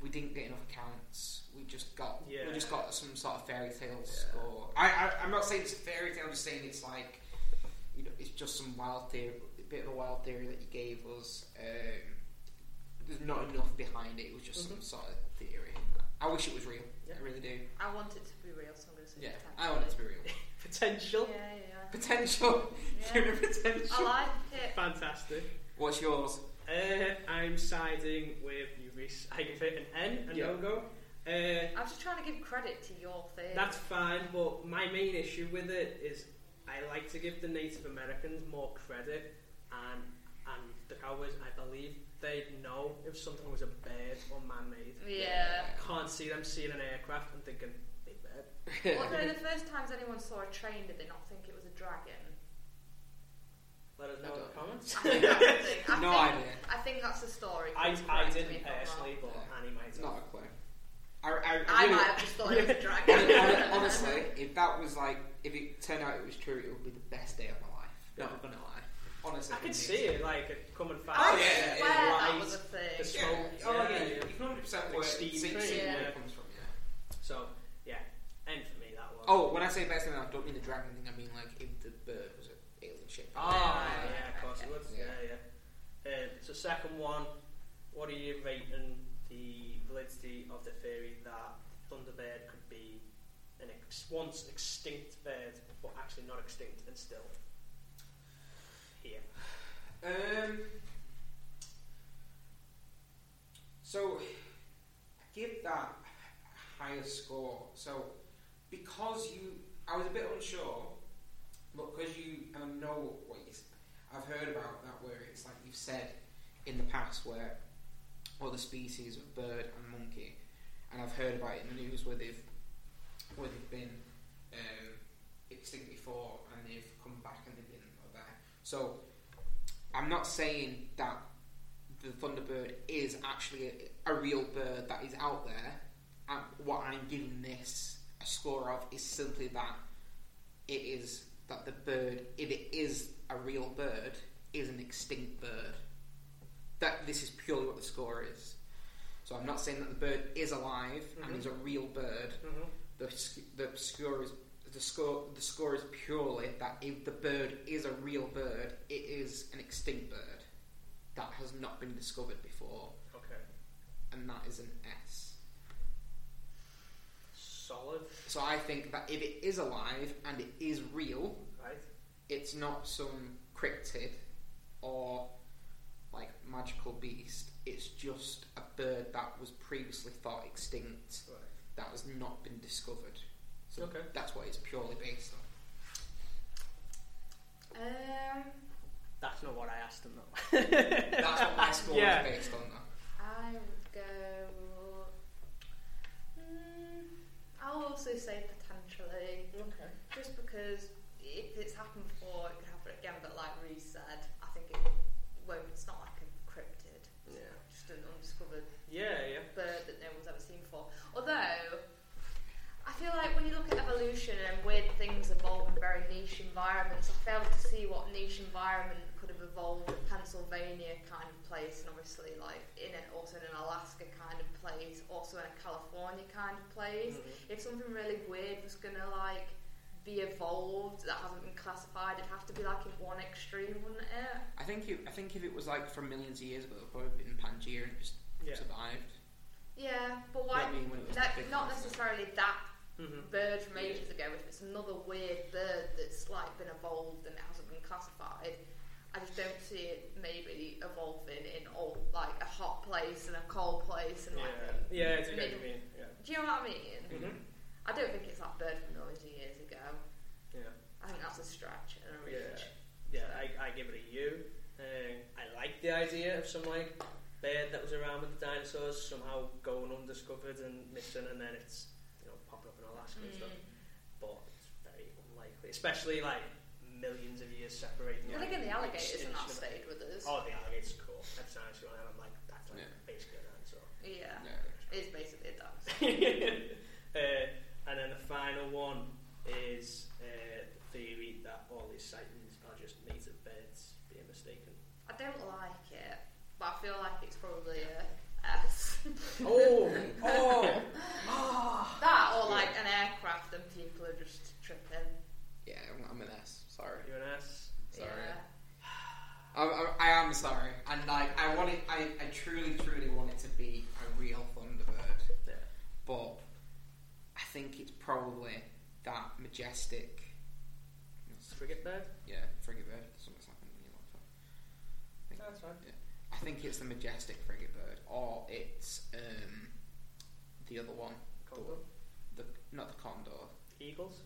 S1: we didn't get enough accounts. We just got
S2: Yeah.
S1: we just got some sort of fairy tale score. I, I I'm not saying it's a fairy tale. I'm just saying it's like you know it's just some wild theory, a bit of a wild theory that you gave us. Um, there's not enough behind it. It was just some sort of theory. I wish it was real. I really do.
S3: I want it to be real, so I'm going to say
S1: Yeah,
S3: potential.
S1: I want it to be real.
S2: Potential.
S3: Yeah, yeah.
S1: Potential.
S3: Yeah.
S1: Give it potential.
S3: I like it.
S2: Fantastic.
S1: What's yours?
S2: Uh, I'm siding with you, Reese. I give it an N, a
S1: Yeah.
S2: no-go. Uh,
S3: I'm just trying to give credit to your theory.
S2: That's fine, but my main issue with it is I like to give the Native Americans more credit, and and the Cowboys, I believe they know if something was a bird or man-made.
S3: yeah.
S2: I can't see them seeing an aircraft and thinking big bird.
S3: Well, no, the first times anyone saw a train, did they not think it was a dragon?
S2: Let us know in the comments.
S3: I think that's the thing. I
S1: No
S3: think,
S1: idea.
S3: I think that's the story.
S2: I, I
S3: Correct me
S2: didn't
S3: if I'm wrong.
S2: personally, but Annie might
S1: It's
S2: have.
S1: not a clue. I, I, I
S3: I
S1: really-
S3: might have just thought it was a
S1: hon-
S3: dragon.
S1: hon- honestly, if that was like, if it turned out it was true, it would be the best day of my life. Not gonna lie. Honestly,
S2: I
S1: it
S2: could
S1: is.
S2: see it, like it coming fast.
S3: I
S1: yeah,
S3: swear
S1: yeah,
S3: that
S2: light,
S3: was a
S2: the
S3: thing.
S1: Yeah.
S2: smoke.
S1: Oh yeah,
S2: yeah,
S1: you
S2: yeah.
S1: can 100%
S2: Like
S1: work, see,
S2: steam
S1: see
S2: train,
S1: where
S3: yeah.
S1: it comes from. Yeah.
S2: So yeah, N for me that one.
S1: Oh, when I say best thing, I don't mean the dragon thing. I mean like if the bird was an alien ship.
S2: Ah, yeah, of course it would.
S1: Yeah.
S2: Yeah, yeah. Um, so, second one, what are you rating the validity of the theory that Thunderbird could be an ex- once extinct bird, but actually not extinct and still here?
S1: Um. So, I give that higher score. So, because you, I was a bit unsure, but because you, I know what you, s- I've heard about that where it's like you've said in the past where other species of bird and monkey, and I've heard about it in the news where they've where they've been um, extinct before and they've come back and they've been there. So I'm not saying that the thunderbird is actually a, a real bird that is out there. And what I'm giving this a score of is simply that it is that the bird, if it is a real bird, is an extinct bird. That this is purely what the score is. So I'm not saying that the bird is alive and is a real bird. The sc- the score is the score the score is purely that if the bird is a real bird, it is an extinct bird that has not been discovered before,
S2: Okay.
S1: and that is an S.
S2: Solid,
S1: So I think that if it is alive and it is real,
S2: right?
S1: it's not some cryptid or like magical beast. It's just a bird that was previously thought extinct
S2: Right.
S1: that has not been discovered. So
S2: Okay.
S1: that's what it's purely based on.
S3: Um,
S2: That's not what I asked them though.
S1: That's what my score
S2: Yeah.
S1: is based on. Though.
S3: I would go. Mm, I'll also say potentially.
S2: Okay.
S3: Just because if it's happened before, it could happen again. But like Reese said, I think it won't. It's not like a cryptid. It's
S2: Yeah.
S3: Just an undiscovered
S2: Yeah, yeah.
S3: bird that no one's ever seen before. Although, I feel like when you look at evolution and weird things evolve in very niche environments, I failed to see what niche environment could have evolved at Pennsylvania kind of place, and obviously like in it also in an Alaska kind of place, also in a California kind of place. If something really weird was gonna like be evolved that hasn't been classified, it'd have to be like in one extreme, wouldn't it?
S1: I think it, I think if it was like from millions of years ago, it would probably been Pangea and it just
S2: Yeah.
S1: survived.
S3: Yeah, but why?
S1: What I mean when it was
S3: like,
S1: big Mm-hmm.
S3: not
S1: ones.
S3: necessarily that bird from ages ago. If it's another weird bird that's like been evolved and it hasn't been classified, I just don't see it maybe evolving in all like a hot place and a cold place and
S2: Yeah,
S3: like.
S2: yeah, it's a
S3: mid-
S2: good mean. Yeah,
S3: Do you know what I mean?
S1: Mm-hmm.
S3: I don't think it's that bird from millions of years ago.
S2: yeah,
S3: I think that's a stretch and a
S2: yeah,
S3: reach.
S2: yeah. I, I give it a U. Um, I like the idea of some like bird that was around with the dinosaurs somehow going undiscovered and missing, and then it's you know popping up in Alaska and
S3: Mm.
S2: stuff. But it's very unlikely, especially like millions of years separating.
S3: I
S2: like,
S3: think in the alligators and
S2: extinction
S3: that
S2: of-
S3: stayed with us.
S2: Oh, the alligator's cool. That's nice. And I'm like, that's like basically a dinosaur.
S3: Yeah. It's basically a dinosaur.
S2: uh, and then the final one is uh, the theory that all these sightings are just native birds being mistaken.
S3: I don't like it, but I feel like it's probably a S.
S2: Oh,
S1: Oh,
S3: that or like an aircraft and people are just tripping.
S1: yeah, I'm, I'm an S. Sorry,
S2: you're an ass.
S1: sorry.
S3: Yeah.
S1: I, I, I am sorry, and like I want it, I, I truly, truly want it to be a real Thunderbird,
S2: Yeah.
S1: but I think it's probably that majestic.
S2: Frigate bird?
S1: Yeah, frigate bird. Something's happened when you look up. I think-
S2: That's fine.
S1: Yeah. I think it's the majestic frigate bird, or it's um, the other one.
S2: Condor?
S1: The, the not the condor,
S2: Eagles?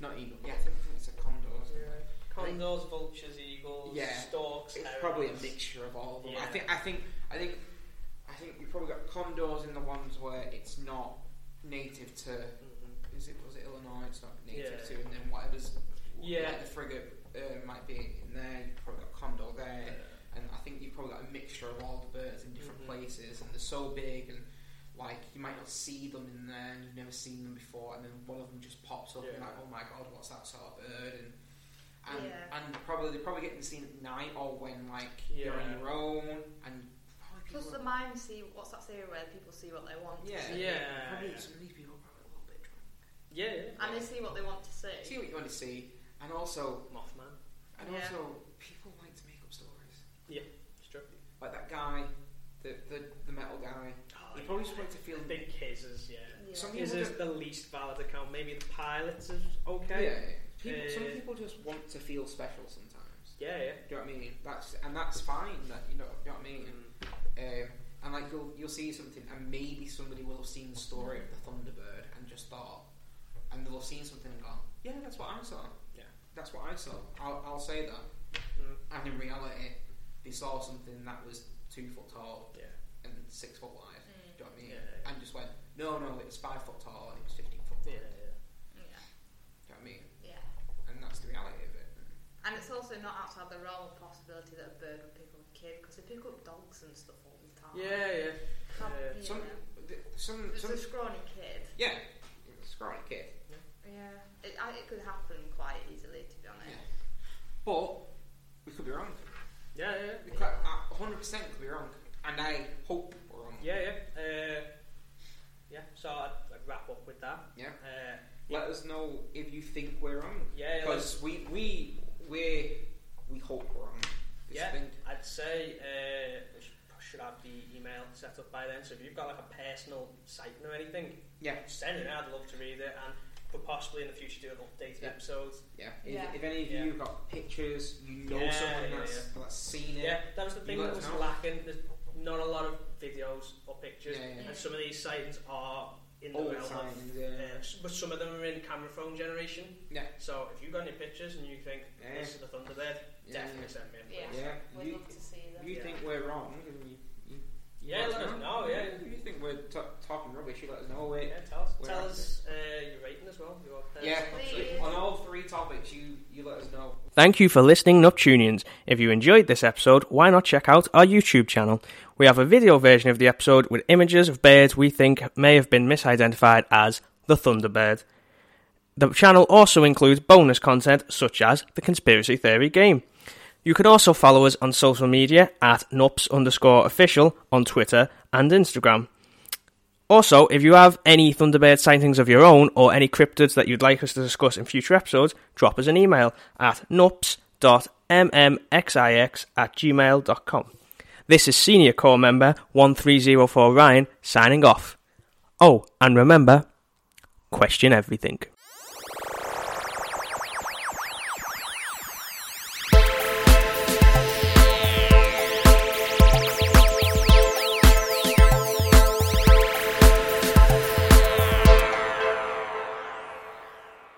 S1: not eagle. Yeah, I think it's a condor. isn't it?
S2: Condors, vultures, eagles,
S1: Yeah.
S2: storks,
S1: It's
S2: herons.
S1: probably a mixture of all of them. I
S2: Yeah.
S1: think I think I think I think you've probably got condors in the ones where it's not native to
S2: Mhm.
S1: is it was it Illinois it's not native
S2: Yeah.
S1: to and then whatever's
S2: Yeah.
S1: like the frigate uh, might be in there, you've probably got condor there and I think you've probably got a mixture of all the birds in different
S2: Mhm.
S1: places and they're so big and like you might not see them in there and you've never seen them before and then one of them just pops up and
S2: Yeah.
S1: you're like, Oh my god, what's that sort of bird and and,
S3: Yeah.
S1: and probably they're probably getting seen at night or when like you're on
S2: Yeah.
S1: your own and probably people
S3: Plus the mind see what's that theory where people see what they want
S1: yeah,
S3: to see.
S2: Yeah,
S1: probably
S2: yeah.
S1: some of these people are probably a little bit drunk.
S2: Yeah,
S3: And they see what they want to see.
S1: See what you want to see, and also
S2: Mothman.
S1: and
S3: Yeah.
S1: also people like to make up stories.
S2: Yeah, it's true.
S1: Like that guy, the the, the metal guy.
S2: Oh,
S1: he probably just wanted to feel.
S2: I think Kiz's, yeah.
S3: Yeah.
S1: Some
S2: His
S1: people
S2: is
S1: just,
S2: the least valid account. Maybe the pilots is
S1: yeah,
S2: okay.
S1: yeah. People, some
S2: Uh,
S1: people just want to feel special sometimes.
S2: Yeah, yeah.
S1: Do you know what I mean? That's and that's fine. That you know, do you know what I mean? Um, and like you'll you'll see something, and maybe somebody will have seen the story of the Thunderbird and just thought, and they'll have seen something and gone, yeah, that's what I saw.
S2: Yeah.
S1: that's what I saw. I'll, I'll say that.
S2: Mm-hmm.
S1: And in reality, they saw something that was two foot tall
S2: Yeah.
S1: and six foot wide. Do you know what I mean?
S2: Yeah, yeah.
S1: And just went, no, no, it was five foot tall and it was fifteen foot.
S2: Yeah,
S1: Wide.
S2: yeah.
S3: Yeah.
S1: Do you know what I mean?
S3: Yeah.
S1: And that's the reality of it.
S3: And it's also not outside the realm of possibility that a bird would pick up a kid because they pick up dogs and stuff all the time.
S2: Yeah, yeah.
S3: Can't-
S2: Yeah.
S3: you
S1: Some,
S3: know.
S1: th- some,
S3: It's
S1: some,
S3: a scrawny kid.
S1: yeah, scrawny kid.
S3: Yeah. It, I, it could happen quite easily, to be honest.
S1: Yeah. But we could be wrong.
S2: Yeah,
S1: We could, uh, 100% could be wrong. And I hope we're wrong.
S2: yeah. Yeah, yeah. Uh, yeah, so I'd, I'd wrap up with that.
S1: Yeah.
S2: Uh,
S1: Let us know if you think we're wrong.
S2: Yeah, yeah,
S1: Because we, we, we, we hope we're wrong. This
S2: yeah,
S1: thing.
S2: I'd say uh, we should, should have the email set up by then. So if you've got like a personal site or anything,
S1: Yeah.
S2: send it. I'd love to read it and could possibly in the future do an updated
S1: Yeah.
S2: episode.
S1: Yeah.
S3: Yeah.
S1: If, if any of
S2: Yeah.
S1: you have got pictures, you know
S2: Yeah,
S1: someone
S2: yeah,
S1: that's, that's seen it.
S2: Yeah, that was the
S1: You
S2: thing
S1: let
S2: that
S1: us
S2: was
S1: know.
S2: lacking. There's not a lot of videos or pictures,
S1: Yeah, yeah.
S2: and some of these sightings are in the
S1: Old
S2: realm
S1: sightings,
S2: of,
S1: yeah.
S2: uh, s- but some of them are in camera phone generation.
S1: Yeah.
S2: So if you've got any pictures and you think
S1: Yeah.
S2: this is the Thunderbird,
S1: Yeah,
S2: definitely
S1: yeah.
S2: send me. a
S3: Yeah.
S2: photo.
S1: Yeah,
S3: We'd
S1: you-
S3: love to see them.
S1: If you
S2: Yeah.
S1: think we're wrong, and you, you, you
S2: Yeah, let us know, yeah.
S1: If you think we're t- talking rubbish, you let us know. We're,
S2: Yeah, tell us,
S1: We're
S2: tell
S1: out
S2: us uh, your rating as well. Your uh,
S1: yeah.
S3: Please.
S1: On all three topics, you, you let us know.
S2: Thank you for listening, Neptunians. If you enjoyed this episode, why not check out our YouTube channel? We have a video version of the episode with images of birds we think may have been misidentified as the Thunderbird. The channel also includes bonus content such as the conspiracy theory game. You can also follow us on social media at nups underscore official on Twitter and Instagram. Also, if you have any Thunderbird sightings of your own or any cryptids that you'd like us to discuss in future episodes, drop us an email at nups.mmxix at gmail.com. This is Senior Corps member 1304 Ryan signing off. Oh, and remember, Question everything.